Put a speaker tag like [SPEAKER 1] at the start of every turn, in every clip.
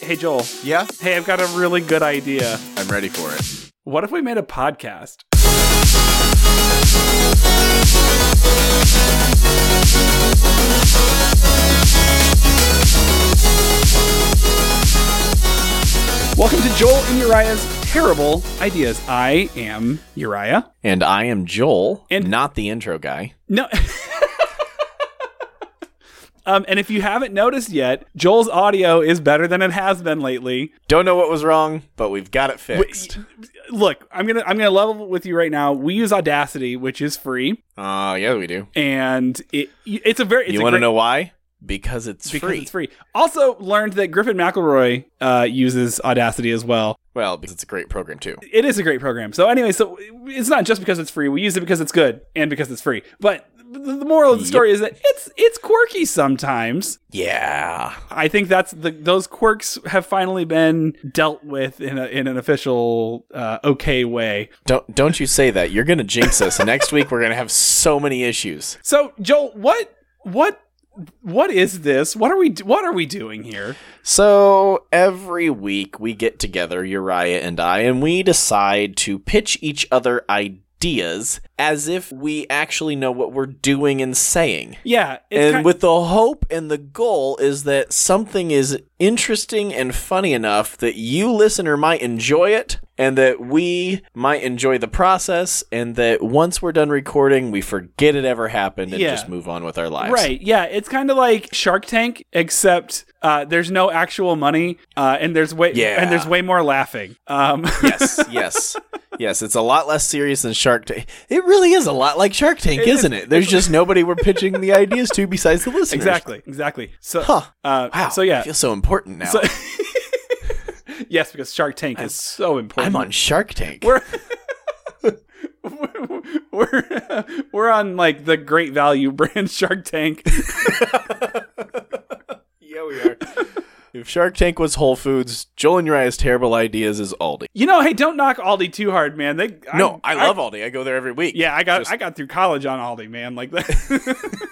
[SPEAKER 1] Hey, Joel.
[SPEAKER 2] Yeah?
[SPEAKER 1] Hey, I've got a really good idea.
[SPEAKER 2] I'm ready for it.
[SPEAKER 1] What if we made a podcast? Welcome to Joel and Uriah's Terrible Ideas. I am Uriah.
[SPEAKER 2] And I am Joel,
[SPEAKER 1] And-
[SPEAKER 2] not the intro guy.
[SPEAKER 1] No. um, and if you haven't noticed yet, Joel's audio is better than it has been lately.
[SPEAKER 2] Don't know what was wrong, but we've got it fixed.
[SPEAKER 1] Look, I'm gonna I'm gonna level with you right now. We use Audacity, which is free,
[SPEAKER 2] uh, yeah, we do.
[SPEAKER 1] and it it's a very it's
[SPEAKER 2] you
[SPEAKER 1] a
[SPEAKER 2] want to
[SPEAKER 1] great-
[SPEAKER 2] know why? Because it's
[SPEAKER 1] because
[SPEAKER 2] free.
[SPEAKER 1] it's free. Also, learned that Griffin McElroy uh, uses Audacity as well.
[SPEAKER 2] Well, because it's a great program too.
[SPEAKER 1] It is a great program. So anyway, so it's not just because it's free. We use it because it's good and because it's free. But the the moral of the
[SPEAKER 2] Yep.
[SPEAKER 1] story is that it's it's quirky sometimes.
[SPEAKER 2] Yeah.
[SPEAKER 1] I think that's the those quirks have finally been dealt with in a, in an official uh, okay way.
[SPEAKER 2] Don't don't you say that. You're gonna jinx us. Next week we're gonna have so many issues.
[SPEAKER 1] So Joel, what what what is this? What are we what are we doing here?
[SPEAKER 2] So every week we get together, Uriah and I, and we decide to pitch each other ideas as if we actually know what we're doing and saying.
[SPEAKER 1] Yeah, it's
[SPEAKER 2] and
[SPEAKER 1] kind-
[SPEAKER 2] with the hope and the goal is that something is interesting and funny enough that you listener might enjoy it and that we might enjoy the process and that once we're done recording we forget it ever happened and
[SPEAKER 1] Yeah.
[SPEAKER 2] just move on with our lives
[SPEAKER 1] right. Yeah, it's kind of like Shark Tank, except uh, there's no actual money, uh, and there's way
[SPEAKER 2] Yeah.
[SPEAKER 1] and there's way more laughing. Um,
[SPEAKER 2] yes yes yes it's a lot less serious than shark tank it really is a lot like shark tank
[SPEAKER 1] It
[SPEAKER 2] is
[SPEAKER 1] is.
[SPEAKER 2] isn't it there's just nobody we're pitching the ideas to besides the listeners
[SPEAKER 1] exactly, exactly. So,
[SPEAKER 2] huh
[SPEAKER 1] uh,
[SPEAKER 2] wow
[SPEAKER 1] so yeah,
[SPEAKER 2] i feel so important now
[SPEAKER 1] So- yes, because Shark Tank is so important.
[SPEAKER 2] i'm on shark tank
[SPEAKER 1] We're we're we're on like the Great Value brand Shark Tank.
[SPEAKER 2] Yeah, we are. if Shark Tank was Whole Foods, Joel and Uriah's terrible ideas is Aldi.
[SPEAKER 1] You know, hey, don't knock Aldi too hard, man. They
[SPEAKER 2] no, I, love Aldi. I go there every week.
[SPEAKER 1] Yeah, I got I got through college on Aldi, man. Like that,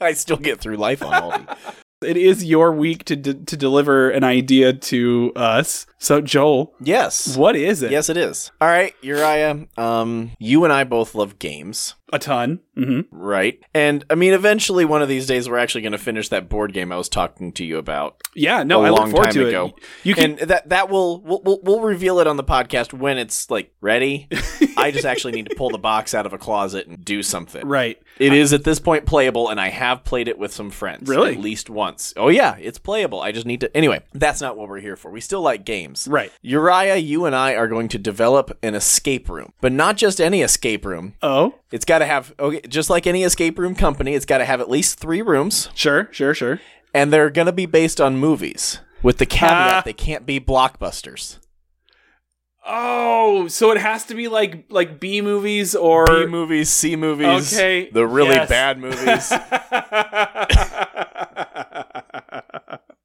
[SPEAKER 2] I still get through life on Aldi.
[SPEAKER 1] it is your week to d- to deliver an idea to us. So Joel,
[SPEAKER 2] yes.
[SPEAKER 1] what is it?
[SPEAKER 2] Yes, it is. All right, Uriah. Um, you and I both love games,
[SPEAKER 1] a ton. hmm
[SPEAKER 2] right? And I mean, eventually, one of these days, we're actually going to finish that board game I was talking to you about.
[SPEAKER 1] Yeah, no,
[SPEAKER 2] A
[SPEAKER 1] I look
[SPEAKER 2] long
[SPEAKER 1] forward
[SPEAKER 2] time
[SPEAKER 1] to
[SPEAKER 2] ago.
[SPEAKER 1] it. You can.
[SPEAKER 2] and that that will we'll, we'll we'll reveal it on the podcast when it's like ready. I just actually need to pull the box out of a closet and do something.
[SPEAKER 1] Right.
[SPEAKER 2] It is at this point playable, and I have played it with some friends.
[SPEAKER 1] Really?
[SPEAKER 2] At least once. Oh, yeah, it's playable. I just need to. Anyway, that's not what we're here for. We still like games.
[SPEAKER 1] Right.
[SPEAKER 2] Uriah, you and I are going to develop an escape room, but not just any escape room.
[SPEAKER 1] Oh,
[SPEAKER 2] It's got to have, okay, just like any escape room company, it's got to have at least three rooms,
[SPEAKER 1] sure, sure, sure.
[SPEAKER 2] and they're going to be based on movies, with the caveat
[SPEAKER 1] Ah.
[SPEAKER 2] they can't be blockbusters.
[SPEAKER 1] Oh, so it has to be like like B movies or
[SPEAKER 2] B movies, C movies,
[SPEAKER 1] Er. Okay,
[SPEAKER 2] the really
[SPEAKER 1] yes.
[SPEAKER 2] bad movies.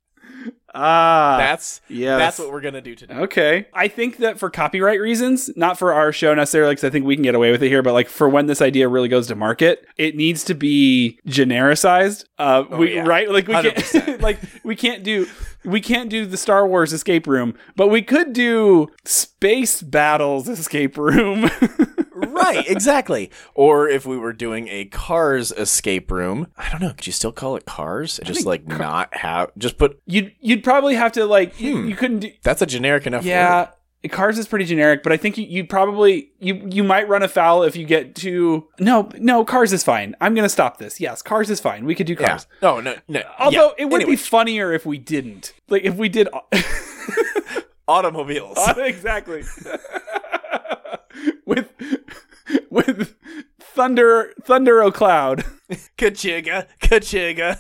[SPEAKER 1] ah,
[SPEAKER 2] that's
[SPEAKER 1] yes.
[SPEAKER 2] that's what we're going to do today.
[SPEAKER 1] Okay. I think that for copyright reasons, not for our show necessarily, because I think we can get away with it here, but like for when this idea really goes to market, it needs to be genericized. Uh, we,
[SPEAKER 2] Oh, yeah.
[SPEAKER 1] right? Like we
[SPEAKER 2] 100%.
[SPEAKER 1] can't, like we can't do, we can't do the Star Wars escape room, but we could do space battles escape room.
[SPEAKER 2] right, exactly. Or if we were doing a Cars escape room, I don't know. Could you still call it Cars? Just like not have. Just put.
[SPEAKER 1] you'd you'd probably have to like you,
[SPEAKER 2] Hmm.
[SPEAKER 1] you couldn't do.
[SPEAKER 2] That's a generic enough. word.
[SPEAKER 1] Yeah. Cars is pretty generic, but I think you, you probably you you might run afoul if you get too no no cars is fine. I'm gonna stop this. Yes, cars is fine. We could do
[SPEAKER 2] Yeah. Oh,
[SPEAKER 1] cars.
[SPEAKER 2] No. No. No.
[SPEAKER 1] Although
[SPEAKER 2] yeah.
[SPEAKER 1] it would
[SPEAKER 2] Anyway,
[SPEAKER 1] be funnier if we didn't. Like if we did
[SPEAKER 2] automobiles.
[SPEAKER 1] Uh, exactly with with thunder thunder o cloud.
[SPEAKER 2] Kachiga. Kachiga.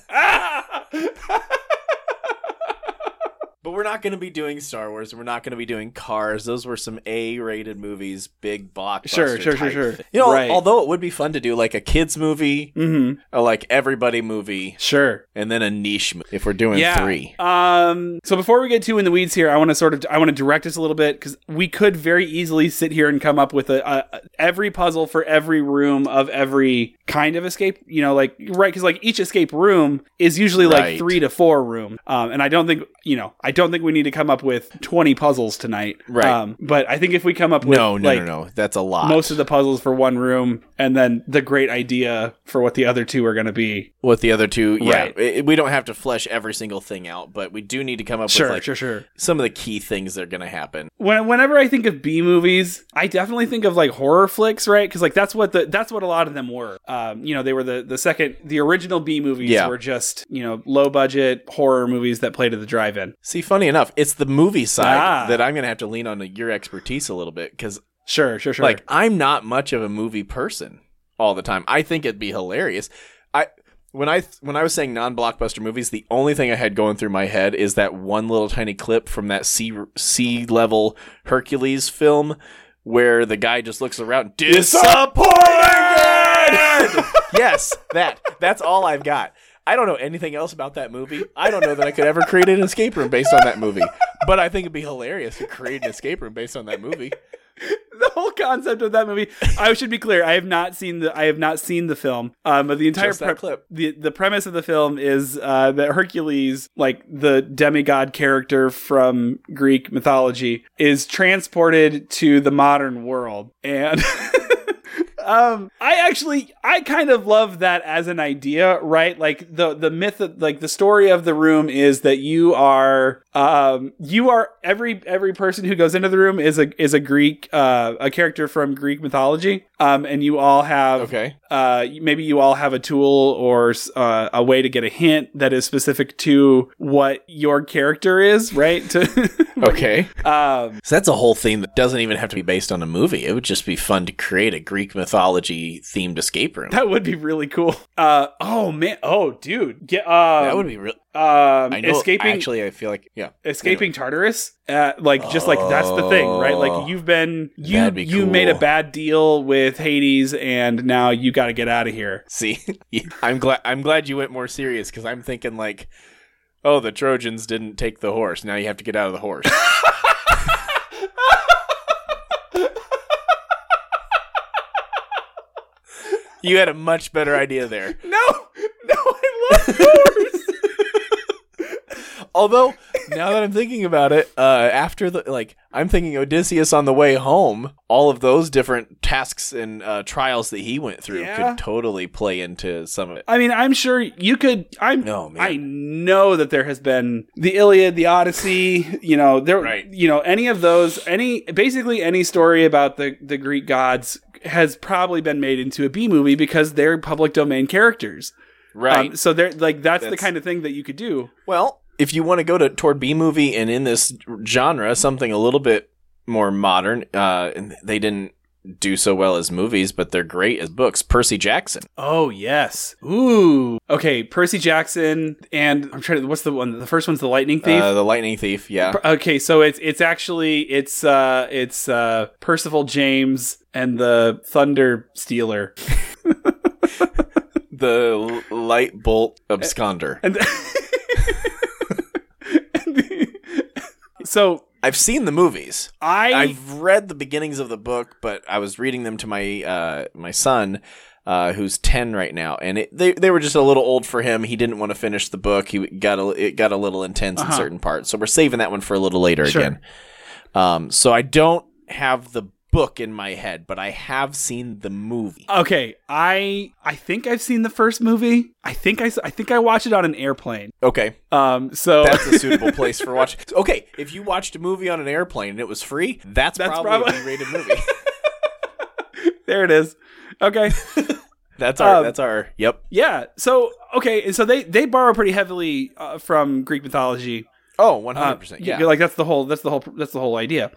[SPEAKER 2] But we're not going to be doing Star Wars. We're not going to be doing Cars. Those were some A-rated movies, big blockbuster.
[SPEAKER 1] Sure, sure, sure,
[SPEAKER 2] type
[SPEAKER 1] sure.
[SPEAKER 2] thing. You know,
[SPEAKER 1] Right.
[SPEAKER 2] although it would be fun to do like a kids movie,
[SPEAKER 1] hmm
[SPEAKER 2] or like everybody movie,
[SPEAKER 1] Sure.
[SPEAKER 2] and then a niche. Mo- if we're doing three,
[SPEAKER 1] Um. So before we get too in the weeds here, I want to sort of I want to direct us a little bit because we could very easily sit here and come up with a, a every puzzle for every room of every kind of escape. You know, like right because like each escape room is usually
[SPEAKER 2] Right.
[SPEAKER 1] like three to four room. Um, and I don't think you know I don't think we need to come up with 20 puzzles tonight. um,
[SPEAKER 2] Right.
[SPEAKER 1] but I think if we come up with
[SPEAKER 2] no, no,
[SPEAKER 1] like,
[SPEAKER 2] no, no. That's a lot.
[SPEAKER 1] most of the puzzles for one room and then the great idea for what the other two are going to be.
[SPEAKER 2] what the other two, yeah,
[SPEAKER 1] Right.
[SPEAKER 2] it- we don't have to flesh every single thing out, but we do need to come up
[SPEAKER 1] Sure,
[SPEAKER 2] with like
[SPEAKER 1] sure, sure.
[SPEAKER 2] some of the key things that are going to happen.
[SPEAKER 1] When, whenever I think of B movies, I definitely think of like horror flicks, right? Because like that's what the that's what a lot of them were. Um, you know, they were the the second the original B movies
[SPEAKER 2] Yeah.
[SPEAKER 1] were just you know low budget horror movies that played at the drive-in.
[SPEAKER 2] See, funny enough, it's the movie side
[SPEAKER 1] Ah.
[SPEAKER 2] that I'm going to have to lean on your expertise a little bit because,
[SPEAKER 1] Sure, sure, sure.
[SPEAKER 2] like, I'm not much of a movie person all the time. I think it'd be hilarious. I when I when I was saying non-blockbuster movies, the only thing I had going through my head is that one little tiny clip from that sea sea level Hercules film where the guy just looks around disappointed. yes, that. That's all I've got. I don't know anything else about that movie. I don't know that I could ever create an escape room based on that movie. But I think it'd be hilarious to create an escape room based on that movie.
[SPEAKER 1] the whole concept of that movie. I should be clear. I have not seen the I have not seen the film. Um, but the entire
[SPEAKER 2] Just that clip.
[SPEAKER 1] the the premise of the film is uh, that Hercules, like the demigod character from Greek mythology, is transported to the modern world and. Um, I actually, I kind of love that as an idea, right? Like the the myth, of, like the story of the room is that you are, um, you are every every person who goes into the room is a is a Greek, uh, a character from Greek mythology, um, and you all have
[SPEAKER 2] Okay.
[SPEAKER 1] uh, maybe you all have a tool or uh, a way to get a hint that is specific to what your character is, right? To,
[SPEAKER 2] Okay.
[SPEAKER 1] um,
[SPEAKER 2] So that's a whole theme that doesn't even have to be based on a movie. It would just be fun to create a Greek mythology themed escape room.
[SPEAKER 1] that would be really cool. Uh, oh man, oh dude, get um,
[SPEAKER 2] that would be real.
[SPEAKER 1] um,
[SPEAKER 2] I know.
[SPEAKER 1] escaping
[SPEAKER 2] Actually, I feel like yeah.
[SPEAKER 1] escaping Tartarus. Uh, like just like that's the thing, right?
[SPEAKER 2] Oh.
[SPEAKER 1] Like you've been you
[SPEAKER 2] That'd be
[SPEAKER 1] you made a
[SPEAKER 2] cool.
[SPEAKER 1] bad deal with Hades, and now you got to get out of here.
[SPEAKER 2] See, I'm glad. I'm glad you went more serious because I'm thinking like, oh, the Trojans didn't take the horse. Now you have to get out of the horse. you had a much better idea there.
[SPEAKER 1] No, no, I love horrors.
[SPEAKER 2] Although now that I'm thinking about it, uh, after the like, I'm thinking Odysseus on the way home. All of those different tasks and uh, trials that he went through
[SPEAKER 1] Yeah.
[SPEAKER 2] could totally play into some of it.
[SPEAKER 1] I mean, I'm sure you could. I'm.
[SPEAKER 2] No, man.
[SPEAKER 1] I know that there has been the Iliad, the Odyssey. You know, there.
[SPEAKER 2] Right.
[SPEAKER 1] You know, any of those, any basically any story about the the Greek gods has probably been made into a B movie because they're public domain characters.
[SPEAKER 2] right.
[SPEAKER 1] Um, so they're like that's, the
[SPEAKER 2] That's-
[SPEAKER 1] kind of thing that you could do.
[SPEAKER 2] Well, if you want to go to toward B movie and in this genre, something a little bit more modern, uh, and they didn't do so well as movies, but they're great as books. Percy Jackson.
[SPEAKER 1] Oh yes. Ooh. Okay. Percy Jackson and I'm trying to. What's the one? The first one's the Lightning Thief.
[SPEAKER 2] Uh, the Lightning Thief, yeah.
[SPEAKER 1] Okay, so it's it's actually it's uh it's uh Percival James and the Thunder Stealer.
[SPEAKER 2] The L- Light Bolt Absconder.
[SPEAKER 1] And and the- so
[SPEAKER 2] I've seen the movies.
[SPEAKER 1] I
[SPEAKER 2] I've read the beginnings of the book, but I was reading them to my uh, my son, uh, who's ten right now, and it, they they were just a little old for him. He didn't want to finish the book. He got a, it got a little intense in
[SPEAKER 1] Uh-huh.
[SPEAKER 2] certain parts, so we're saving that one for a little later
[SPEAKER 1] Sure.
[SPEAKER 2] again. Um, so I don't have the book in my head, but I have seen the movie.
[SPEAKER 1] okay, I I think I've seen the first movie. I think I s- I think I watched it on an airplane.
[SPEAKER 2] Okay,
[SPEAKER 1] Um so
[SPEAKER 2] that's a suitable place for watching. Okay, if you watched a movie on an airplane and it was free, that's,
[SPEAKER 1] That's
[SPEAKER 2] probably,
[SPEAKER 1] probably-
[SPEAKER 2] a rated movie.
[SPEAKER 1] there it is. Okay.
[SPEAKER 2] That's our
[SPEAKER 1] Um,
[SPEAKER 2] that's our yep.
[SPEAKER 1] Yeah. So okay, and so they they borrow pretty heavily uh, from Greek mythology.
[SPEAKER 2] Oh, one
[SPEAKER 1] Uh,
[SPEAKER 2] hundred percent. Yeah,
[SPEAKER 1] Like that's the whole that's the whole that's the whole idea.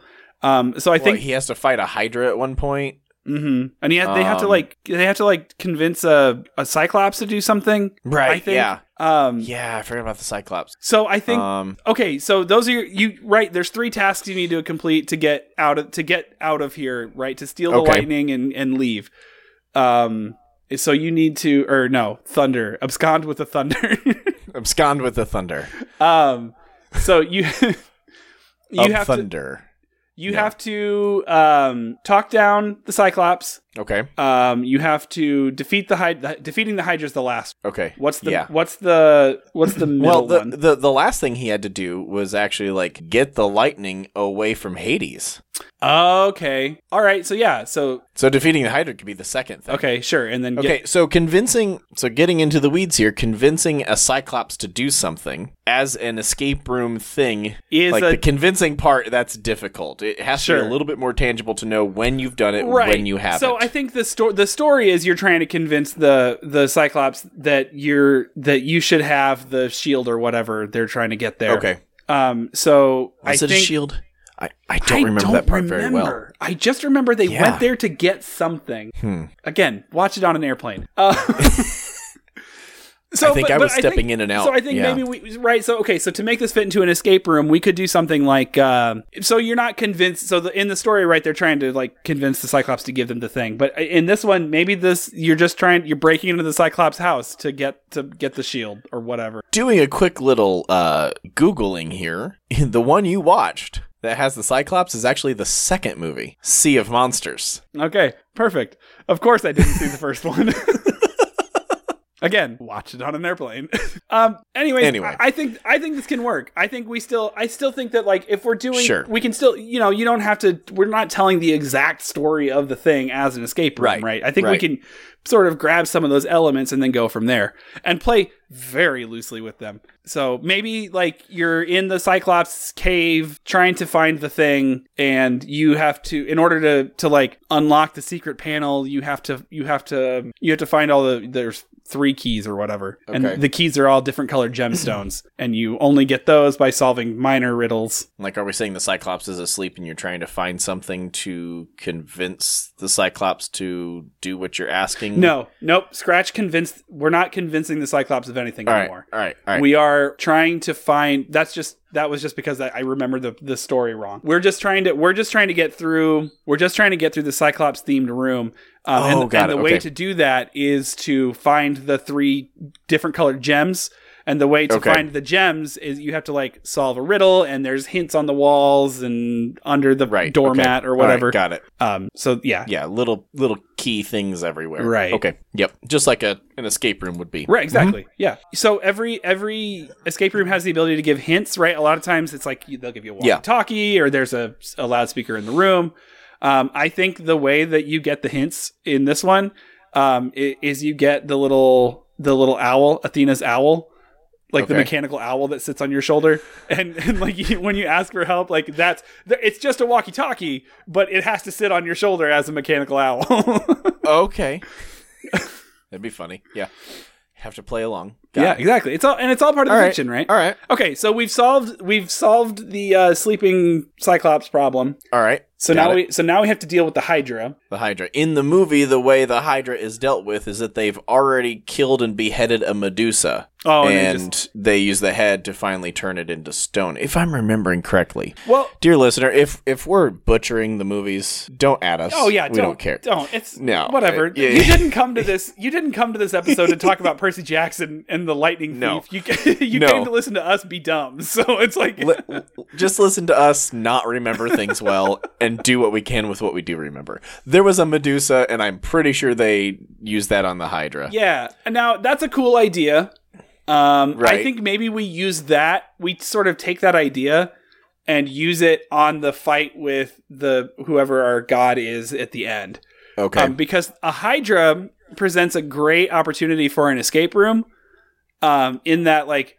[SPEAKER 1] Um so I
[SPEAKER 2] Well,
[SPEAKER 1] think
[SPEAKER 2] he has to fight a Hydra at one point.
[SPEAKER 1] hmm And yet they have to
[SPEAKER 2] Um,
[SPEAKER 1] like they have to like convince a, a Cyclops to do something. I think.
[SPEAKER 2] Yeah.
[SPEAKER 1] Um.
[SPEAKER 2] Yeah, I forgot about the Cyclops.
[SPEAKER 1] So I think
[SPEAKER 2] um,
[SPEAKER 1] okay. So those are your, you right. There's three tasks you need to complete to get out of to get out of here. Right to steal the
[SPEAKER 2] Okay.
[SPEAKER 1] lightning and and leave. Um. So you need to or no thunder abscond with the thunder.
[SPEAKER 2] abscond with the thunder.
[SPEAKER 1] um. So you you
[SPEAKER 2] Of
[SPEAKER 1] have to
[SPEAKER 2] thunder.
[SPEAKER 1] you
[SPEAKER 2] No.
[SPEAKER 1] have to um talk down the Cyclops
[SPEAKER 2] Okay.
[SPEAKER 1] Um, you have to defeat the Hydra. Defeating the Hydra is the last.
[SPEAKER 2] Okay.
[SPEAKER 1] What's the
[SPEAKER 2] Yeah.
[SPEAKER 1] what's the what's the middle
[SPEAKER 2] Well, the,
[SPEAKER 1] one?
[SPEAKER 2] the the last thing he had to do was actually like get the lightning away from Hades.
[SPEAKER 1] Okay. All right. So yeah. So
[SPEAKER 2] So defeating the Hydra could be the second thing.
[SPEAKER 1] okay. Sure. And then
[SPEAKER 2] Okay, so convincing, so getting into the weeds here, convincing a Cyclops to do something as an escape room thing,
[SPEAKER 1] Is
[SPEAKER 2] like
[SPEAKER 1] a-
[SPEAKER 2] the convincing part, that's difficult. It has to be
[SPEAKER 1] Sure.
[SPEAKER 2] a little bit more tangible to know when you've done it,
[SPEAKER 1] right
[SPEAKER 2] when you have
[SPEAKER 1] so
[SPEAKER 2] it.
[SPEAKER 1] i think the story the story is you're trying to convince the the cyclops that you're that you should have the shield or whatever they're trying to get there
[SPEAKER 2] okay,
[SPEAKER 1] um so i
[SPEAKER 2] is it a
[SPEAKER 1] think
[SPEAKER 2] shield? I, I
[SPEAKER 1] I
[SPEAKER 2] don't remember that part very well.
[SPEAKER 1] remember. I just remember they
[SPEAKER 2] Yeah. Hmm.
[SPEAKER 1] went there to get something. Again, watch it on an airplane. Uh, so
[SPEAKER 2] I think
[SPEAKER 1] but-
[SPEAKER 2] I
[SPEAKER 1] but
[SPEAKER 2] was stepping in and out.
[SPEAKER 1] So I think
[SPEAKER 2] Yeah.
[SPEAKER 1] maybe we right. So okay. So to make this fit into an escape room, we could do something like. Um, so you're not convinced. So the, in the story, right, they're trying to like convince the Cyclops to give them the thing. But in this one, maybe this you're just trying. You're breaking into the Cyclops house to get to get the shield or whatever.
[SPEAKER 2] Doing a quick little uh, Googling here, the one you watched that has the Cyclops is actually the second movie, Sea of Monsters.
[SPEAKER 1] Okay, perfect. Of course, I didn't see the first one. Again, watch it on an airplane. um. Anyways,
[SPEAKER 2] Anyway.
[SPEAKER 1] I, I think I think this can work. I think we still I still think that like if we're doing,
[SPEAKER 2] Sure.
[SPEAKER 1] we can still you know you don't have to. We're not telling the exact story of the thing as an escape room,
[SPEAKER 2] Right.
[SPEAKER 1] right? I think we
[SPEAKER 2] Right.
[SPEAKER 1] can sort of grab some of those elements and then go from there and play very loosely with them. So maybe like you're in the Cyclops cave trying to find the thing and you have to in order to to like unlock the secret panel, you have to you have to you have to find all the there's three keys or whatever.
[SPEAKER 2] Okay.
[SPEAKER 1] And the keys are all different colored gemstones and you only get those by solving minor riddles.
[SPEAKER 2] Like, are we saying the Cyclops is asleep and you're trying to find something to convince the Cyclops to do what you're asking?
[SPEAKER 1] No, nope, Scratch convinced we're not convincing the Cyclops of anything
[SPEAKER 2] All right.
[SPEAKER 1] anymore.
[SPEAKER 2] All right. All right.
[SPEAKER 1] We are trying to find. That's just that was just because I, I remember the the story wrong. We're just trying to we're just trying to get through. We're just trying to get through the Cyclops themed room. Um,
[SPEAKER 2] Oh,
[SPEAKER 1] and,
[SPEAKER 2] got
[SPEAKER 1] and
[SPEAKER 2] it.
[SPEAKER 1] the way
[SPEAKER 2] Okay.
[SPEAKER 1] to do that is to find the three different colored gems. And the way to
[SPEAKER 2] Okay.
[SPEAKER 1] find the gems is you have to like solve a riddle, and there's hints on the walls and under the
[SPEAKER 2] right.
[SPEAKER 1] doormat
[SPEAKER 2] okay.
[SPEAKER 1] or
[SPEAKER 2] All right,
[SPEAKER 1] whatever.
[SPEAKER 2] got it.
[SPEAKER 1] um. So yeah,
[SPEAKER 2] Yeah. Little little key things everywhere.
[SPEAKER 1] Right.
[SPEAKER 2] Okay. Yep. Just like a an escape room would be.
[SPEAKER 1] Right, exactly. Yeah. So every every escape room has the ability to give hints, right? A lot of times it's like you- they'll give you a
[SPEAKER 2] Yeah.
[SPEAKER 1] walkie-talkie or there's a, a loudspeaker in the room. Um, I think the way that you get the hints in this one um, i- is you get the little the little owl, Athena's owl, like the
[SPEAKER 2] Okay.
[SPEAKER 1] mechanical owl that sits on your shoulder, and, and like you, when you ask for help, like that's it's just a walkie-talkie, but it has to sit on your shoulder as a mechanical owl.
[SPEAKER 2] Okay. That'd be funny. Yeah. Have to play along. Got
[SPEAKER 1] yeah,
[SPEAKER 2] it.
[SPEAKER 1] exactly. It's all and it's all part of
[SPEAKER 2] All
[SPEAKER 1] the
[SPEAKER 2] right.
[SPEAKER 1] fiction, right?
[SPEAKER 2] All right.
[SPEAKER 1] Okay, so we've solved we've solved the uh, sleeping Cyclops problem.
[SPEAKER 2] All right.
[SPEAKER 1] So
[SPEAKER 2] Got
[SPEAKER 1] now
[SPEAKER 2] it.
[SPEAKER 1] we so now we have to deal with the Hydra.
[SPEAKER 2] The Hydra. In the movie, the way the Hydra is dealt with is that they've already killed and beheaded a Medusa.
[SPEAKER 1] Oh, and they
[SPEAKER 2] and they use the head to finally turn it into stone, if I'm remembering correctly.
[SPEAKER 1] Well,
[SPEAKER 2] Dear listener, if if we're butchering the movies, don't add us.
[SPEAKER 1] oh yeah,
[SPEAKER 2] we
[SPEAKER 1] don't,
[SPEAKER 2] don't, care.
[SPEAKER 1] Don't it's
[SPEAKER 2] No,
[SPEAKER 1] whatever.
[SPEAKER 2] uh, yeah.
[SPEAKER 1] You didn't come to this. You didn't come to this episode to talk about Percy Jackson and the Lightning
[SPEAKER 2] No.
[SPEAKER 1] Thief. You ca- you
[SPEAKER 2] No.
[SPEAKER 1] came to listen to us be dumb. So it's like
[SPEAKER 2] Li- Just listen to us not remember things well and do what we can with what we do remember. There was a Medusa, and I'm pretty sure they used that on the Hydra.
[SPEAKER 1] yeah. And now that's a cool idea. Um, I
[SPEAKER 2] Right.
[SPEAKER 1] think maybe we use that. We sort of take that idea and use it on the fight with the whoever our god is at the end.
[SPEAKER 2] Okay.
[SPEAKER 1] um, because a hydra presents a great opportunity for an escape room um, in that like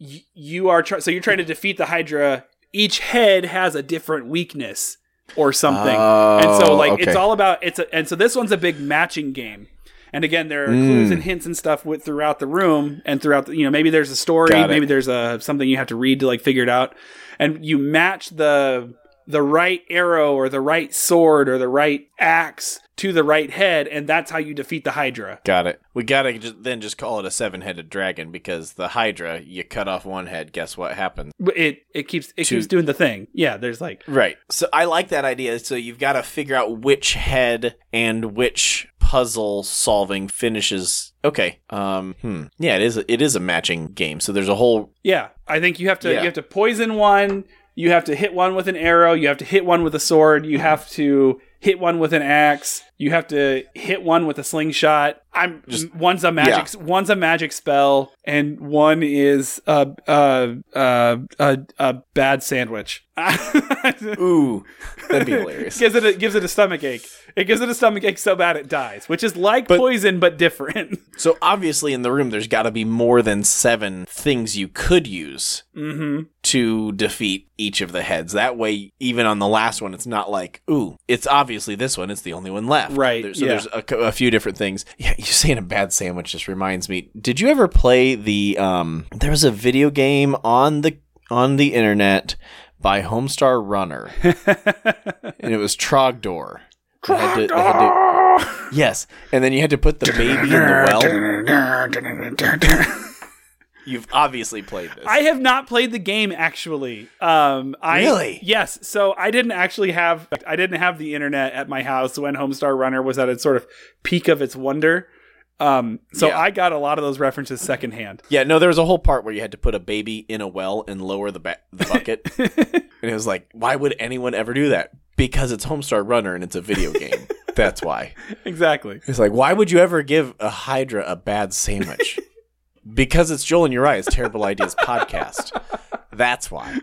[SPEAKER 1] y- you are try- so you're trying to defeat the hydra each head has a different weakness or something and so
[SPEAKER 2] Oh,
[SPEAKER 1] like
[SPEAKER 2] okay.
[SPEAKER 1] it's all about it's a, and so this one's a big matching game and again there are clues
[SPEAKER 2] Mm.
[SPEAKER 1] and hints and stuff with throughout the room and throughout the, you know maybe there's a story
[SPEAKER 2] Got it.
[SPEAKER 1] maybe there's a something you have to read to like figure it out and you match the the right arrow or the right sword or the right axe to the right head and that's how you defeat the hydra
[SPEAKER 2] Got it. We gotta ju- then just call it a seven-headed dragon because the Hydra, you cut off one head, guess what happens?
[SPEAKER 1] But it it keeps it
[SPEAKER 2] To-
[SPEAKER 1] keeps doing the thing yeah there's like
[SPEAKER 2] Right. So I like that idea. So you've got to figure out which head and which puzzle solving finishes. Okay. Um. Hmm. Yeah. It is. It is a matching game. So there's a whole.
[SPEAKER 1] Yeah, I think you have to
[SPEAKER 2] Yeah.
[SPEAKER 1] you have to poison one. You have to hit one with an arrow. You have to hit one with a sword. You have to hit one with an axe. You have to hit one with a slingshot. I'm just one's a magic one's a magic spell, and one is a a a a, a bad sandwich.
[SPEAKER 2] Ooh, that'd be hilarious.
[SPEAKER 1] gives it a, gives it a stomach ache. It gives it a stomach ache so bad it dies, which is like
[SPEAKER 2] But-
[SPEAKER 1] poison but different.
[SPEAKER 2] So obviously, in the room, there's got to be more than seven things you could use
[SPEAKER 1] mm-hmm.
[SPEAKER 2] to defeat each of the heads. That way, even on the last one, it's not like, ooh, it's obviously this one. It's the only one left.
[SPEAKER 1] Right,
[SPEAKER 2] There- so
[SPEAKER 1] yeah.
[SPEAKER 2] there's a, co- a few different things. Yeah, you saying a bad sandwich just reminds me. Did you ever play the? Um, there was a video game on the on the internet by Homestar Runner, and it was Trogdor. They had to- they had to- yes, and then you had to put the baby in the well. You've obviously played this.
[SPEAKER 1] I have not played the game actually. Um, I,
[SPEAKER 2] Really?
[SPEAKER 1] Yes. So I didn't actually have I didn't have the internet at my house when Homestar Runner was at its sort of peak of its wonder. Um, so
[SPEAKER 2] Yeah.
[SPEAKER 1] I got a lot of those references secondhand.
[SPEAKER 2] Yeah, no, there was a whole part where you had to put a baby in a well and lower the ba- the bucket, and it was like, why would anyone ever do that? Because it's Homestar Runner and it's a video game. That's why.
[SPEAKER 1] exactly.
[SPEAKER 2] It's like, why would you ever give a Hydra a bad sandwich? because it's Joel and Uriah's Terrible Ideas podcast. That's why.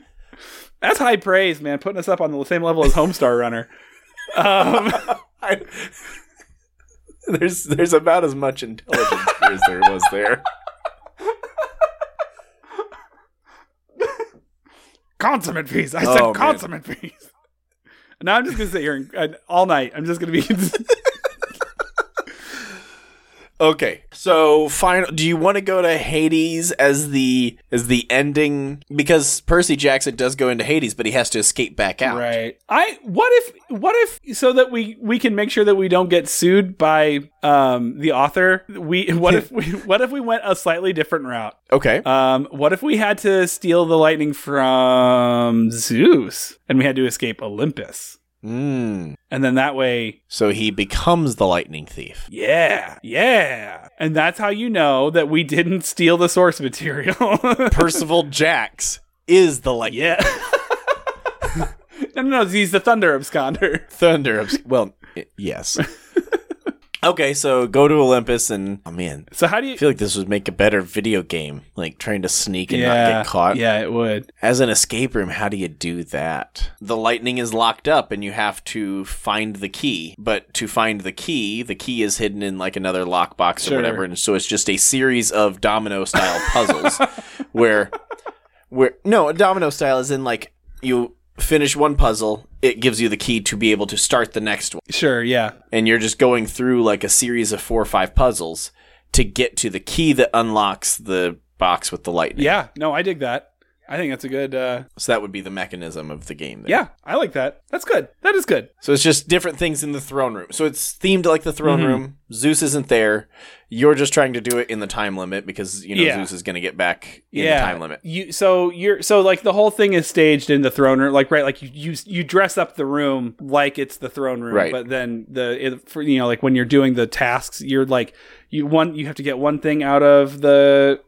[SPEAKER 1] That's high praise, man. Putting us up on the same level as Homestar Runner. Um,
[SPEAKER 2] I, there's there's about as much intelligence here as there was there.
[SPEAKER 1] consummate piece. I
[SPEAKER 2] Oh, man.
[SPEAKER 1] said consummate piece. Now I'm just gonna sit here and, and all night. I'm just gonna be.
[SPEAKER 2] Okay. So final do you want to go to Hades as the as the ending because Percy Jackson does go into Hades but he has to escape back out.
[SPEAKER 1] Right. I what if what if so that we we can make sure that we don't get sued by um the author. We what if we what if we went a slightly different route?
[SPEAKER 2] Okay.
[SPEAKER 1] Um what if we had to steal the lightning from Zeus and we had to escape Olympus?
[SPEAKER 2] Mm.
[SPEAKER 1] And then that way,
[SPEAKER 2] So he becomes the lightning thief.
[SPEAKER 1] yeah, yeah. And that's how you know that we didn't steal the source material.
[SPEAKER 2] Percival Jax is the lightning
[SPEAKER 1] yeah. no, no, no. He's the Thunder Absconder.
[SPEAKER 2] thunder of well i- yes. okay, so go to Olympus and oh man,
[SPEAKER 1] So how do you?
[SPEAKER 2] I feel like this would make a better video game like trying to sneak and
[SPEAKER 1] yeah,
[SPEAKER 2] not get caught.
[SPEAKER 1] Yeah, it would.
[SPEAKER 2] As an escape room, how do you do that? The lightning is locked up and you have to find the key. But to find the key, the key is hidden in like another lockbox or
[SPEAKER 1] Sure.
[SPEAKER 2] whatever. And so it's just a series of domino style puzzles where, where, no, domino style is in like you finish one puzzle, it gives you the key to be able to start the next one.
[SPEAKER 1] Sure, yeah.
[SPEAKER 2] And you're just going through like a series of four or five puzzles to get to the key that unlocks the box with the lightning.
[SPEAKER 1] Yeah, no, I dig that. I think that's a good uh
[SPEAKER 2] So that would be the mechanism of the game. There.
[SPEAKER 1] Yeah, I like that. That's good. That is good.
[SPEAKER 2] So it's just different things in the throne room. So it's themed like the throne room. Zeus isn't there. You're just trying to do it in the time limit because you know
[SPEAKER 1] Yeah.
[SPEAKER 2] Zeus is going to get back in
[SPEAKER 1] yeah.
[SPEAKER 2] the time limit.
[SPEAKER 1] You so you're so like the whole thing is staged in the throne room, like right, like you you, you dress up the room like it's the throne room,
[SPEAKER 2] Right.
[SPEAKER 1] but then the it, for, you know like when you're doing the tasks, you're like you one you have to get one thing out of the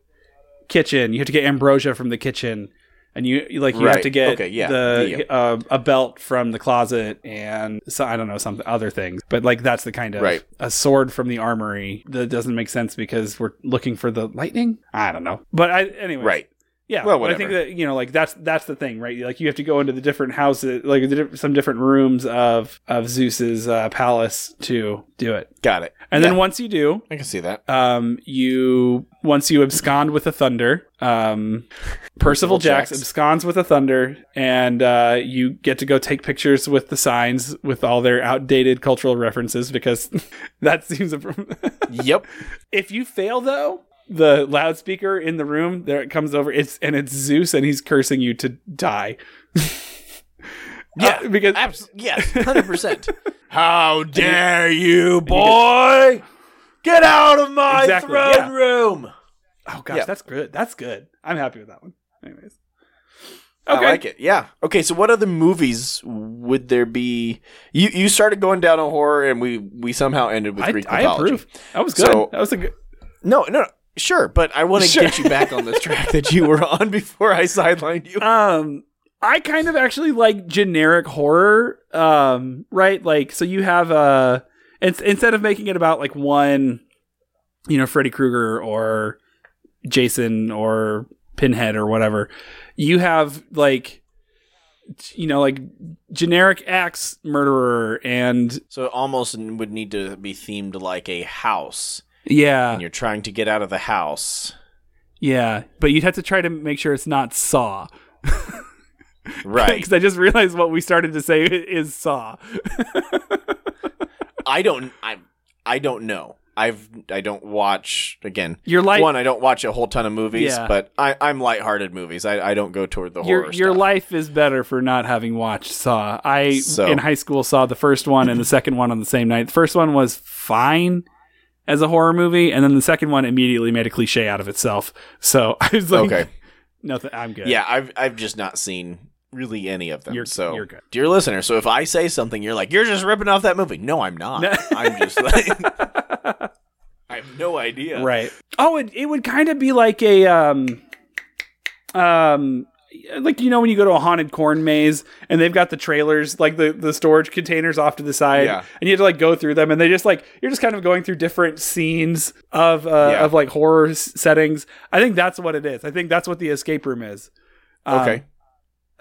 [SPEAKER 1] kitchen, you have to get ambrosia from the kitchen. And you you, like you
[SPEAKER 2] Right.
[SPEAKER 1] have to get
[SPEAKER 2] Okay, yeah.
[SPEAKER 1] the
[SPEAKER 2] Yeah.
[SPEAKER 1] Uh, a belt from the closet and so I don't know some other things, but like that's the kind of
[SPEAKER 2] Right.
[SPEAKER 1] a sword from the armory that doesn't make sense because we're looking for the lightning. I don't know, but I anyway
[SPEAKER 2] Right.
[SPEAKER 1] yeah.
[SPEAKER 2] Well,
[SPEAKER 1] but I think
[SPEAKER 2] whatever.
[SPEAKER 1] that you know, like that's that's the thing, right? Like you have to go into the different houses, like the, diff- some different rooms of of Zeus's uh, palace to do it.
[SPEAKER 2] Got it.
[SPEAKER 1] And
[SPEAKER 2] Yeah.
[SPEAKER 1] then once you do,
[SPEAKER 2] I can see that.
[SPEAKER 1] um, you once you abscond with the thunder, um, Percival
[SPEAKER 2] Percival
[SPEAKER 1] Jax
[SPEAKER 2] Jax.
[SPEAKER 1] absconds with the thunder, and uh, you get to go take pictures with the signs with all their outdated cultural references because that seems a
[SPEAKER 2] yep.
[SPEAKER 1] if you fail though, the loudspeaker in the room there it comes over. It's and it's Zeus and he's cursing you to die.
[SPEAKER 2] Yeah.
[SPEAKER 1] Uh, because
[SPEAKER 2] Abs- yes. Hundred percent. How dare you, Get out of my
[SPEAKER 1] Exactly, yeah.
[SPEAKER 2] room.
[SPEAKER 1] oh gosh,
[SPEAKER 2] Yeah.
[SPEAKER 1] that's good. That's good. I'm happy with that one. Anyways,
[SPEAKER 2] I like it. Yeah. Okay. So, what other movies would there be? You you started going down a horror, and we we somehow ended with Greek
[SPEAKER 1] I, I
[SPEAKER 2] mythology.
[SPEAKER 1] approve. That was good.
[SPEAKER 2] So-
[SPEAKER 1] that was a good.
[SPEAKER 2] No, no, no. sure, but I want to
[SPEAKER 1] Sure.
[SPEAKER 2] get you back on this track that you were on before I sidelined you.
[SPEAKER 1] Um, I kind of actually like generic horror, um, right? Like, so you have a it's, instead of making it about like one, you know, Freddy Krueger or Jason or Pinhead or whatever, you have like, you know, like generic axe murderer and
[SPEAKER 2] So it almost would need to be themed like a house,
[SPEAKER 1] yeah,
[SPEAKER 2] and you're trying to get out of the house.
[SPEAKER 1] yeah. But you'd have to try to make sure it's not Saw.
[SPEAKER 2] Right.
[SPEAKER 1] Because I just realized what we started to say is Saw.
[SPEAKER 2] I don't. I. I don't know. I've. I don't watch again.
[SPEAKER 1] You're like
[SPEAKER 2] One, I don't watch a whole ton of movies,
[SPEAKER 1] Yeah.
[SPEAKER 2] but I, I'm lighthearted movies. I, I don't go toward the
[SPEAKER 1] your
[SPEAKER 2] horror
[SPEAKER 1] your
[SPEAKER 2] stuff.
[SPEAKER 1] life is better for not having watched Saw. I
[SPEAKER 2] So-
[SPEAKER 1] in high school saw the first one and the second one on the same night. The first one was fine as a horror movie, and then the second one immediately made a cliche out of itself. So I was like,
[SPEAKER 2] okay.
[SPEAKER 1] nothing. I'm good.
[SPEAKER 2] Yeah, I've I've just not seen really any of them.
[SPEAKER 1] You're-
[SPEAKER 2] so
[SPEAKER 1] you're good.
[SPEAKER 2] dear listener, so if I say something, you're like, you're just ripping off that movie. No, I'm not.
[SPEAKER 1] No.
[SPEAKER 2] I'm just like I have no idea.
[SPEAKER 1] Right. Oh, it, it would kind of be like a um um like you know when you go to a haunted corn maze and they've got the trailers like the the storage containers off to the side
[SPEAKER 2] Yeah.
[SPEAKER 1] and you have to like go through them and they just like you're just kind of going through different scenes of uh
[SPEAKER 2] Yeah.
[SPEAKER 1] of like horror s- settings. I think that's what it is. I think that's what the escape room is. Um,
[SPEAKER 2] Okay.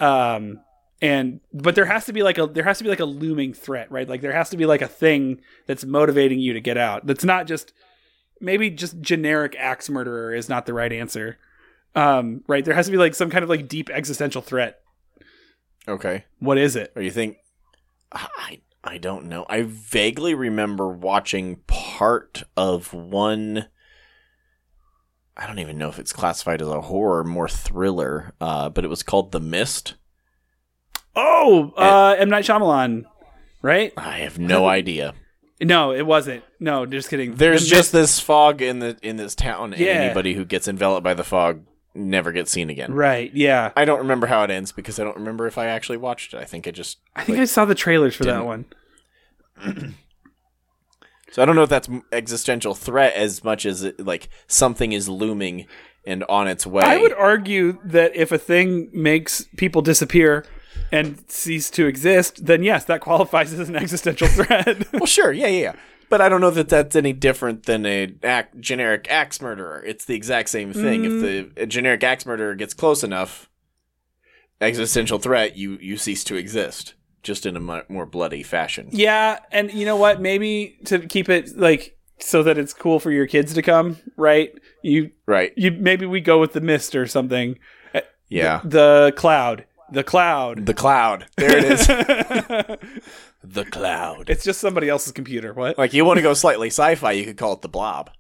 [SPEAKER 1] um and but there has to be like a there has to be like a looming threat right like there has to be like a thing that's motivating you to get out that's not just maybe just generic axe murderer is not the right answer um right there has to be like some kind of like deep existential threat
[SPEAKER 2] Okay.
[SPEAKER 1] what is it
[SPEAKER 2] Or you think I I don't know. I vaguely remember watching part of one I don't even know if it's classified as a horror, more thriller, uh, but it was called The Mist.
[SPEAKER 1] oh uh m night Shyamalan right
[SPEAKER 2] I have no idea.
[SPEAKER 1] no it wasn't no just kidding
[SPEAKER 2] There's
[SPEAKER 1] The
[SPEAKER 2] just this fog in the in this town, and
[SPEAKER 1] Yeah.
[SPEAKER 2] anybody who gets enveloped by the fog never gets seen
[SPEAKER 1] Mist-
[SPEAKER 2] again.
[SPEAKER 1] right yeah
[SPEAKER 2] I don't remember how it ends because I don't remember if I actually watched it. I think I just
[SPEAKER 1] i think i saw the trailers for that
[SPEAKER 2] didn't-
[SPEAKER 1] one
[SPEAKER 2] so I don't know if that's m- existential threat as much as it, like something is looming and on its way.
[SPEAKER 1] I would argue that if a thing makes people disappear and cease to exist, then yes, that qualifies as an existential threat.
[SPEAKER 2] well, sure, yeah, yeah, yeah. But I don't know that that's any different than a ac- generic axe murderer. It's the exact same thing. If
[SPEAKER 1] Mm.
[SPEAKER 2] the a generic axe murderer gets close enough, existential threat, you you cease to exist, just in a mu- more bloody fashion.
[SPEAKER 1] yeah, and you know what? Maybe to keep it like so that it's cool for your kids to come, right? You
[SPEAKER 2] Right.
[SPEAKER 1] you maybe we go with the mist or something.
[SPEAKER 2] Yeah.
[SPEAKER 1] The cloud. The cloud.
[SPEAKER 2] The cloud. There it is.
[SPEAKER 1] it's
[SPEAKER 2] the cloud.
[SPEAKER 1] just somebody else's computer. What?
[SPEAKER 2] Like you want to go slightly sci-fi, you could call it the blob.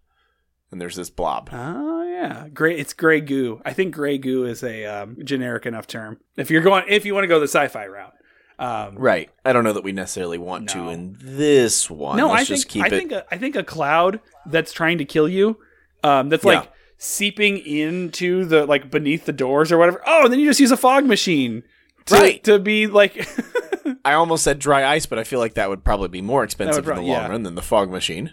[SPEAKER 2] And there's this blob.
[SPEAKER 1] Oh yeah, gray. It's gray goo. I think gray goo is a um, generic enough term. If you're going, if you want to go the sci-fi route, um,
[SPEAKER 2] Right. I don't know that we necessarily want
[SPEAKER 1] No.
[SPEAKER 2] to in this one.
[SPEAKER 1] No,
[SPEAKER 2] Let's
[SPEAKER 1] I think
[SPEAKER 2] just keep
[SPEAKER 1] I
[SPEAKER 2] it.
[SPEAKER 1] think a, I think a cloud that's trying to kill you, um, that's
[SPEAKER 2] Yeah.
[SPEAKER 1] like seeping into the like beneath the doors or whatever. Oh, and then you just use a fog machine, to,
[SPEAKER 2] Right.
[SPEAKER 1] To be like,
[SPEAKER 2] I almost said dry ice, but I feel like that would probably be more expensive
[SPEAKER 1] prob-
[SPEAKER 2] in the long
[SPEAKER 1] yeah.
[SPEAKER 2] run than the fog machine.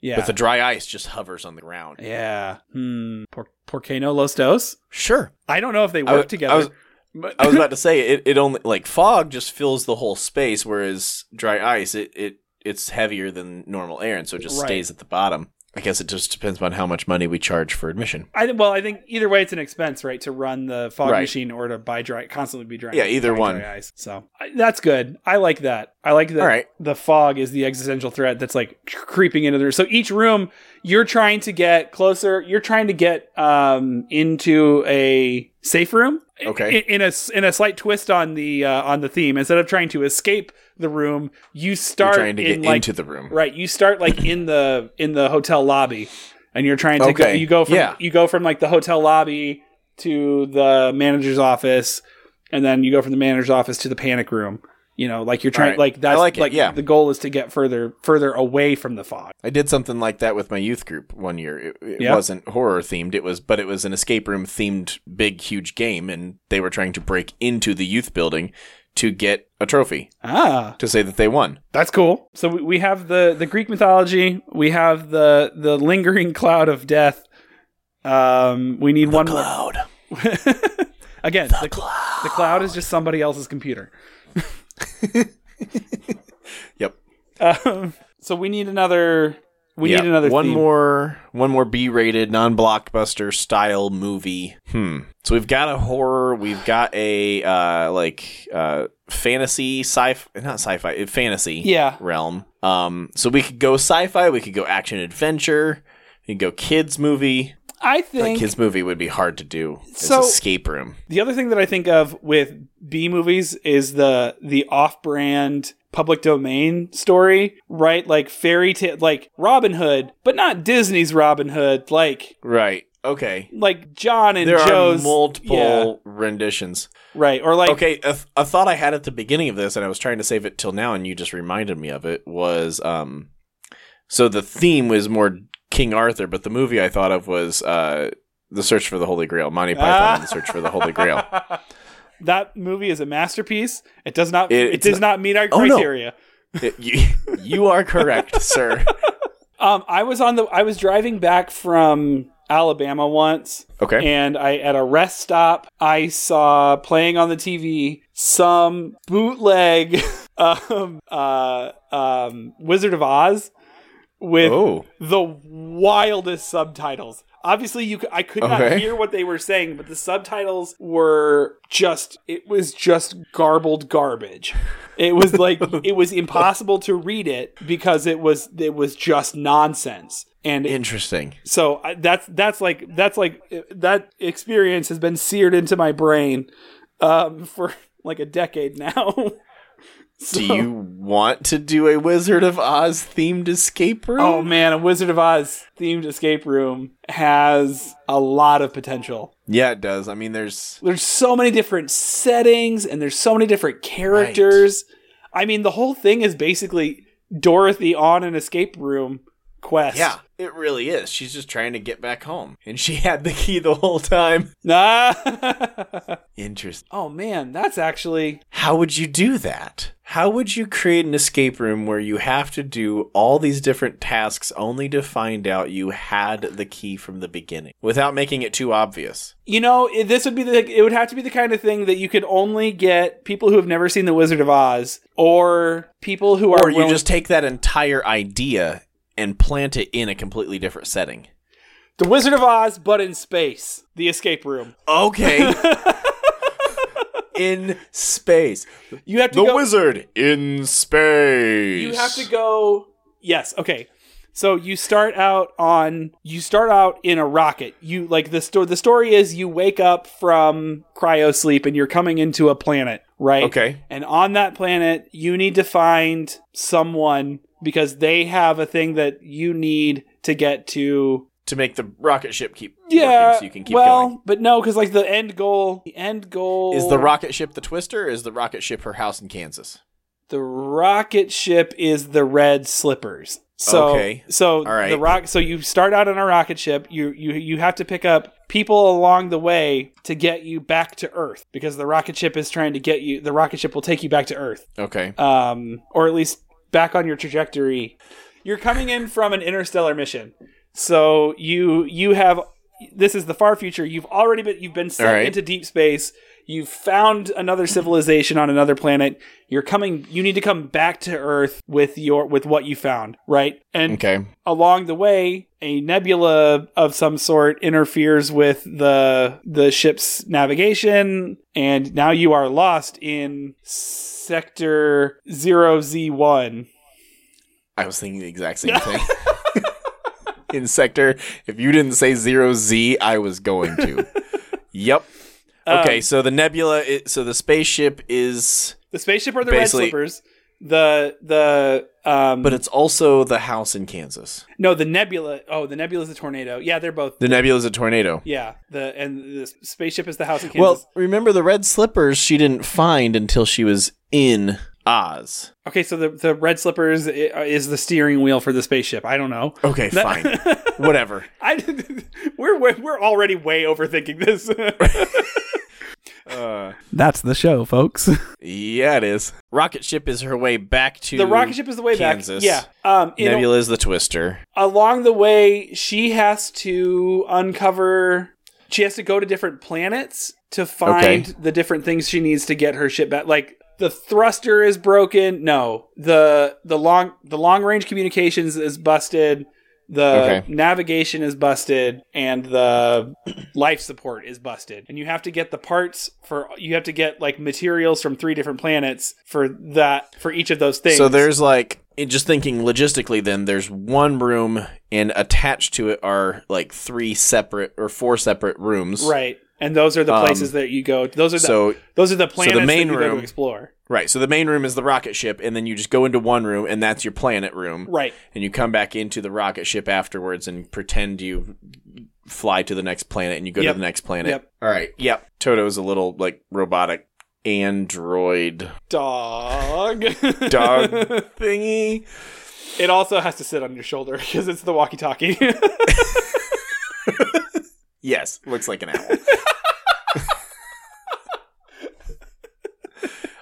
[SPEAKER 1] yeah,
[SPEAKER 2] But the dry ice just hovers on the ground.
[SPEAKER 1] yeah. Hmm. Por, porque no los dos?
[SPEAKER 2] Sure.
[SPEAKER 1] I don't know if they
[SPEAKER 2] I
[SPEAKER 1] work
[SPEAKER 2] wa- I
[SPEAKER 1] together.
[SPEAKER 2] was-
[SPEAKER 1] but-
[SPEAKER 2] I was about to say it, it only like fog just fills the whole space, whereas dry ice it, it it's heavier than normal air, and so it just
[SPEAKER 1] Right.
[SPEAKER 2] stays at the bottom. I guess it just depends on how much money we charge for admission.
[SPEAKER 1] I th- well, I think either way, it's an expense, right, to run the fog
[SPEAKER 2] Right.
[SPEAKER 1] machine or to buy dry, constantly be dry.
[SPEAKER 2] Yeah, either
[SPEAKER 1] dry-
[SPEAKER 2] one.
[SPEAKER 1] dry ice. So I, that's good. I like that. I like that.
[SPEAKER 2] All right.
[SPEAKER 1] The fog is the existential threat that's like creeping into there. So each room, you're trying to get closer. You're trying to get um into a safe room.
[SPEAKER 2] Okay.
[SPEAKER 1] In, in a s- in a slight twist on the uh, on the theme, instead of trying to escape the room, you
[SPEAKER 2] You're
[SPEAKER 1] start
[SPEAKER 2] trying to get
[SPEAKER 1] in, like,
[SPEAKER 2] into the room.
[SPEAKER 1] Right, you start like in the in the hotel lobby, and you're trying to go,
[SPEAKER 2] Okay,
[SPEAKER 1] you go from
[SPEAKER 2] yeah.
[SPEAKER 1] you go from like the hotel lobby to the manager's office, and then you go from the manager's office to the panic room. You know, like you're trying
[SPEAKER 2] Alright.
[SPEAKER 1] like that's
[SPEAKER 2] I like it, yeah.
[SPEAKER 1] the goal is to get further further away from the fog.
[SPEAKER 2] I did something like that with my youth group one year. It, it
[SPEAKER 1] Yeah.
[SPEAKER 2] wasn't horror themed. It was, but it was an escape room themed big, huge game, and they were trying to break into the youth building to get a trophy
[SPEAKER 1] Ah,
[SPEAKER 2] to say that they won.
[SPEAKER 1] that's cool. So we, we have the the Greek mythology, we have the the lingering cloud of death. Um, we need one more.
[SPEAKER 2] Cloud.
[SPEAKER 1] Again, the, the cloud is just somebody else's computer.
[SPEAKER 2] Yep.
[SPEAKER 1] Um, so we need another. We
[SPEAKER 2] Yeah,
[SPEAKER 1] need another
[SPEAKER 2] one
[SPEAKER 1] theme.
[SPEAKER 2] more one more B-rated non-blockbuster style movie. Hmm. So we've got a horror, we've got a uh like uh fantasy sci-fi not sci-fi, uh, fantasy
[SPEAKER 1] Yeah.
[SPEAKER 2] realm. Um so we could go sci-fi, we could go action adventure, we could go kids movie.
[SPEAKER 1] I
[SPEAKER 2] Like
[SPEAKER 1] think
[SPEAKER 2] kids movie would be hard to do. It's
[SPEAKER 1] So-
[SPEAKER 2] escape room.
[SPEAKER 1] the other thing that I think of with B movies is the the off brand public domain story, right? Like fairy tale, like Robin Hood, but not Disney's Robin Hood. Like
[SPEAKER 2] Right. Okay.
[SPEAKER 1] like John and
[SPEAKER 2] There
[SPEAKER 1] Joe's
[SPEAKER 2] are multiple
[SPEAKER 1] yeah,
[SPEAKER 2] renditions.
[SPEAKER 1] right? Or like
[SPEAKER 2] okay, a, th- a thought I had at the beginning of this, and I was trying to save it till now, and you just reminded me of it was um, so the theme was more King Arthur, but the movie I thought of was uh, the Search for the Holy Grail, Monty Python and the Search for the Holy Grail.
[SPEAKER 1] that movie is a masterpiece. It does not.
[SPEAKER 2] It-
[SPEAKER 1] It, does not meet our
[SPEAKER 2] Oh, no.
[SPEAKER 1] criteria.
[SPEAKER 2] It- you, you are correct, sir.
[SPEAKER 1] Um, I was on the. I was driving back from Alabama once,
[SPEAKER 2] Okay,
[SPEAKER 1] and I at a rest stop, I saw playing on the TV some bootleg um, uh, um, Wizard of Oz with
[SPEAKER 2] Oh.
[SPEAKER 1] the wildest subtitles. Obviously, you c- I could
[SPEAKER 2] Okay.
[SPEAKER 1] not hear what they were saying, but the subtitles were just it was just garbled garbage. It was like it was impossible to read it because it was it was just nonsense. And it,
[SPEAKER 2] interesting.
[SPEAKER 1] so I, that's that's like that's like uh, that experience has been seared into my brain um, for like a decade now.
[SPEAKER 2] Do you want to do a Wizard of Oz themed escape room?
[SPEAKER 1] oh man, a Wizard of Oz themed escape room has a lot of potential.
[SPEAKER 2] yeah, it does. I mean, there's
[SPEAKER 1] There's so many different settings and there's so many different characters. I mean, the whole thing is basically Dorothy on an escape room quest.
[SPEAKER 2] yeah, it really is. She's just trying to get back home, and she had the key the whole time.
[SPEAKER 1] Ah.
[SPEAKER 2] Interesting.
[SPEAKER 1] oh man, that's actually
[SPEAKER 2] How would you do that? How would you create an escape room where you have to do all these different tasks only to find out you had the key from the beginning without making it too obvious?
[SPEAKER 1] You know, it, this would be the it would have to be the kind of thing that you could only get people who have never seen The Wizard of Oz or people who are
[SPEAKER 2] Or you
[SPEAKER 1] willing-
[SPEAKER 2] just take that entire idea and plant it in a completely different setting.
[SPEAKER 1] The Wizard of Oz but in space, the escape room.
[SPEAKER 2] Okay. in space.
[SPEAKER 1] You have to
[SPEAKER 2] The
[SPEAKER 1] go
[SPEAKER 2] wizard in space.
[SPEAKER 1] you have to go Yes, okay. So you start out on you start out in a rocket. You like the story the story is you wake up from cryo sleep and you're coming into a planet, right?
[SPEAKER 2] Okay.
[SPEAKER 1] And on that planet, you need to find someone because they have a thing that you need to get to.
[SPEAKER 2] To make the rocket ship keep
[SPEAKER 1] Yeah.
[SPEAKER 2] working so you can keep
[SPEAKER 1] well,
[SPEAKER 2] going.
[SPEAKER 1] but no, because like the end goal, the end goal
[SPEAKER 2] Is the rocket ship the twister? Or is the rocket ship her house in Kansas?
[SPEAKER 1] the rocket ship is the red slippers. So,
[SPEAKER 2] Okay.
[SPEAKER 1] so
[SPEAKER 2] right.
[SPEAKER 1] the rock. So you start out on a rocket ship. You you you have to pick up people along the way to get you back to Earth because the rocket ship is trying to get you. The rocket ship will take you back to Earth.
[SPEAKER 2] Okay.
[SPEAKER 1] um, or at least back on your trajectory. You're coming in from an interstellar mission, so you you have this is the far future. You've already been you've been sent
[SPEAKER 2] All right.
[SPEAKER 1] into deep space. You've found another civilization on another planet. You're coming. You need to come back to Earth with your with what you found, right? And
[SPEAKER 2] Okay.
[SPEAKER 1] along the way, a nebula of some sort interferes with the the ship's navigation, and now you are lost in sector zero Z one.
[SPEAKER 2] I was thinking the exact same thing. In Sector, if you didn't say zero Z, I was going to. yep. Okay, so the nebula, i so the spaceship is,
[SPEAKER 1] The spaceship are the
[SPEAKER 2] Basically-
[SPEAKER 1] red slippers. The the um
[SPEAKER 2] but it's also the house in Kansas.
[SPEAKER 1] no the nebula. Oh, the nebula is a tornado. Yeah, they're both.
[SPEAKER 2] The nebula is a tornado.
[SPEAKER 1] Yeah, the and the spaceship is the house in Kansas.
[SPEAKER 2] Well, remember the red slippers she didn't find until she was in Oz.
[SPEAKER 1] okay, so the the red slippers i- is the steering wheel for the spaceship. I don't know.
[SPEAKER 2] Okay, fine. Whatever.
[SPEAKER 1] I we're we're we're already way overthinking this.
[SPEAKER 2] Uh,
[SPEAKER 1] That's the show, folks.
[SPEAKER 2] yeah, it is. Rocket ship is her way back to
[SPEAKER 1] the rocket ship is the way
[SPEAKER 2] Kansas.
[SPEAKER 1] back. Yeah. Um. in-
[SPEAKER 2] Nebula is the twister.
[SPEAKER 1] along the way, she has to uncover she has to go to different planets to find
[SPEAKER 2] Okay.
[SPEAKER 1] the different things she needs to get her ship back. Like the thruster is broken. No, the the long the long range communications is busted. The
[SPEAKER 2] Okay.
[SPEAKER 1] navigation is busted and the life support is busted. And you have to get the parts for you have to get like materials from three different planets for that for each of those things.
[SPEAKER 2] So there's like it- just thinking logistically. Then there's one room, and attached to it are like three separate or four separate rooms.
[SPEAKER 1] right. And those are the
[SPEAKER 2] Um,
[SPEAKER 1] places that you go. Those are the
[SPEAKER 2] So
[SPEAKER 1] Those are the planets
[SPEAKER 2] main
[SPEAKER 1] that you go
[SPEAKER 2] room-
[SPEAKER 1] to explore.
[SPEAKER 2] right. So the main room is the rocket ship, and then you just go into one room, and that's your planet room,
[SPEAKER 1] Right.
[SPEAKER 2] and you come back into the rocket ship afterwards, and pretend you fly to the next planet, and you go
[SPEAKER 1] Yep.
[SPEAKER 2] to the next planet.
[SPEAKER 1] Yep.
[SPEAKER 2] All right. Yep. Toto's a little like robotic android
[SPEAKER 1] Dog.
[SPEAKER 2] Dog. thingy.
[SPEAKER 1] it also has to sit on your shoulder because it's the walkie-talkie.
[SPEAKER 2] Yes, looks like an owl.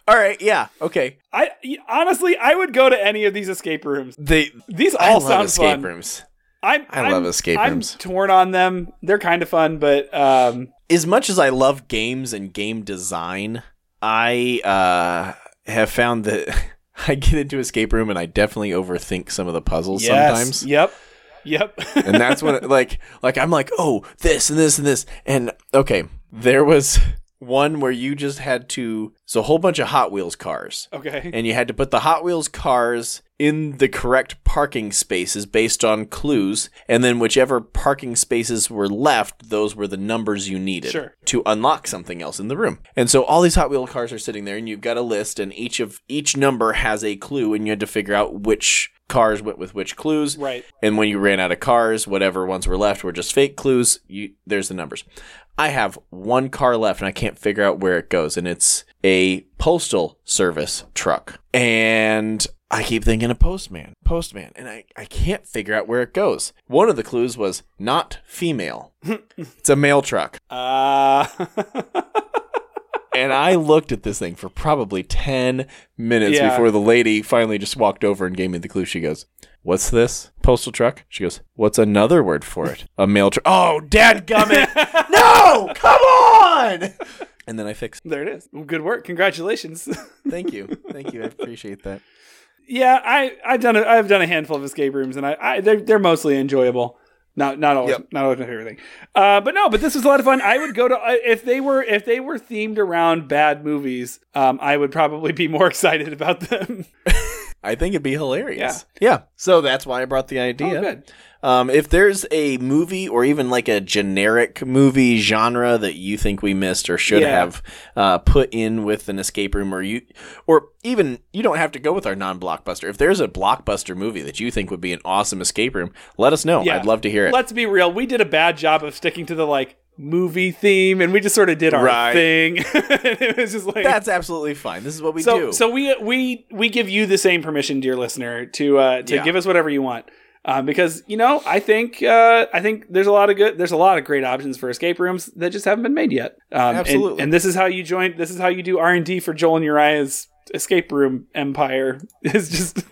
[SPEAKER 2] All right, yeah, okay.
[SPEAKER 1] I honestly, I would go to any of these escape rooms.
[SPEAKER 2] They
[SPEAKER 1] These
[SPEAKER 2] I
[SPEAKER 1] all
[SPEAKER 2] love
[SPEAKER 1] sound
[SPEAKER 2] escape
[SPEAKER 1] fun.
[SPEAKER 2] rooms.
[SPEAKER 1] I'm,
[SPEAKER 2] I love
[SPEAKER 1] I'm-
[SPEAKER 2] escape
[SPEAKER 1] I'm
[SPEAKER 2] rooms.
[SPEAKER 1] torn on them. They're kind of fun, but um,
[SPEAKER 2] As much as I love games and game design, I uh, have found that I get into escape room and I definitely overthink some of the puzzles
[SPEAKER 1] yes.
[SPEAKER 2] sometimes.
[SPEAKER 1] Yep. Yep.
[SPEAKER 2] and that's when it, like like I'm like, oh, this and this and this and okay, there was one where you just had to it's a whole bunch of Hot Wheels cars.
[SPEAKER 1] okay.
[SPEAKER 2] and you had to put the Hot Wheels cars in the correct parking spaces based on clues, and then whichever parking spaces were left, those were the numbers you needed
[SPEAKER 1] Sure.
[SPEAKER 2] to unlock something else in the room. And so all these Hot Wheel cars are sitting there, and you've got a list, and each of each number has a clue, and you had to figure out which cars went with which clues.
[SPEAKER 1] Right.
[SPEAKER 2] And when you ran out of cars, whatever ones were left were just fake clues. You, there's the numbers. I have one car left and I can't figure out where it goes. And it's a postal service truck. And I keep thinking of postman, postman. And I, I can't figure out where it goes. One of the clues was not female. it's a mail truck.
[SPEAKER 1] Uh,
[SPEAKER 2] And I looked at this thing for probably 10 minutes
[SPEAKER 1] Yeah.
[SPEAKER 2] before the lady finally just walked over and gave me the clue. She goes, What's this? Postal truck? She goes, What's another word for it? A mail truck. Oh, dadgummit. no! Come on! And then I fixed
[SPEAKER 1] there it is. Well, good work. Congratulations.
[SPEAKER 2] it. Thank you. Thank you. I appreciate that.
[SPEAKER 1] Yeah, I I've done a, I've done a handful of escape rooms, and I, I they're they're mostly enjoyable. Not not always
[SPEAKER 2] Yep.
[SPEAKER 1] not always my favorite thing. Uh, but no, but this was a lot of fun. I would go to I- if they were if they were themed around bad movies. Um, I would probably be more excited about them.
[SPEAKER 2] I think it'd be hilarious. Yeah. So that's why I brought the idea.
[SPEAKER 1] Oh, good.
[SPEAKER 2] Um, if there's a movie or even like a generic movie genre that you think we missed or should
[SPEAKER 1] Yeah.
[SPEAKER 2] have uh, put in with an escape room, or you, or even you don't have to go with our non-blockbuster. If there's a blockbuster movie that you think would be an awesome escape room, let us know.
[SPEAKER 1] Yeah.
[SPEAKER 2] I'd love to hear it.
[SPEAKER 1] Let's be real. We did a bad job of sticking to the like movie theme, and we just sort of did our
[SPEAKER 2] Right.
[SPEAKER 1] thing. And it was just like
[SPEAKER 2] That's absolutely fine. This is what we
[SPEAKER 1] so
[SPEAKER 2] do.
[SPEAKER 1] so we we we give you the same permission dear listener to uh to
[SPEAKER 2] Yeah.
[SPEAKER 1] give us whatever you want um, because you know i think uh i think there's a lot of good there's a lot of great options for escape rooms that just haven't been made yet um and-
[SPEAKER 2] Absolutely.
[SPEAKER 1] and, this is how you join this is how you do r&d for joel and uriah's escape room empire is just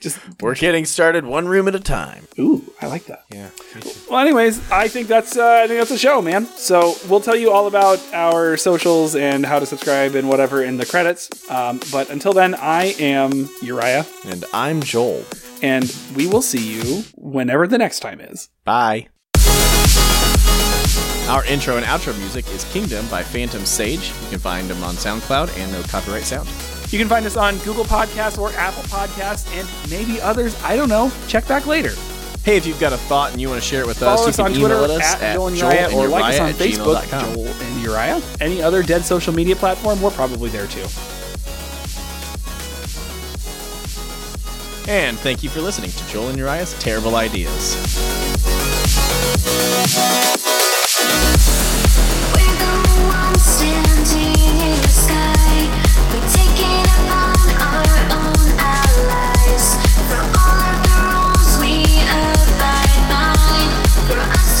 [SPEAKER 1] just
[SPEAKER 2] We're getting started one room at a time.
[SPEAKER 1] ooh i like that
[SPEAKER 2] Yeah.
[SPEAKER 1] well, anyways, I think that's uh, I think that's a show, man. So we'll tell you all about our socials and how to subscribe and whatever in the credits. Um, but until then, I am Uriah,
[SPEAKER 2] And I'm Joel.
[SPEAKER 1] and we will see you whenever the next time is.
[SPEAKER 2] Bye. Our intro and outro music is Kingdom by Phantom Sage. You can find them on SoundCloud and no copyright sound.
[SPEAKER 1] You can find us on Google Podcasts or Apple Podcasts, and maybe others. I don't know. Check back later.
[SPEAKER 2] Hey, if you've got a thought and you want to share it with
[SPEAKER 1] Follow us
[SPEAKER 2] us, Uh, you
[SPEAKER 1] on
[SPEAKER 2] can
[SPEAKER 1] Twitter
[SPEAKER 2] email us
[SPEAKER 1] at,
[SPEAKER 2] at
[SPEAKER 1] Joel and
[SPEAKER 2] Joel
[SPEAKER 1] Uriah,
[SPEAKER 2] and
[SPEAKER 1] or like us
[SPEAKER 2] Uriah
[SPEAKER 1] on
[SPEAKER 2] at
[SPEAKER 1] Facebook,
[SPEAKER 2] gmail.com.
[SPEAKER 1] Joel and Uriah. Any other dead social media platform, we're probably there too.
[SPEAKER 2] And thank you for listening to Joel and Uriah's Terrible Ideas.
[SPEAKER 3] We're the ones standing in the sky. We're taking upon our own allies. For all of the rules we abide by. For us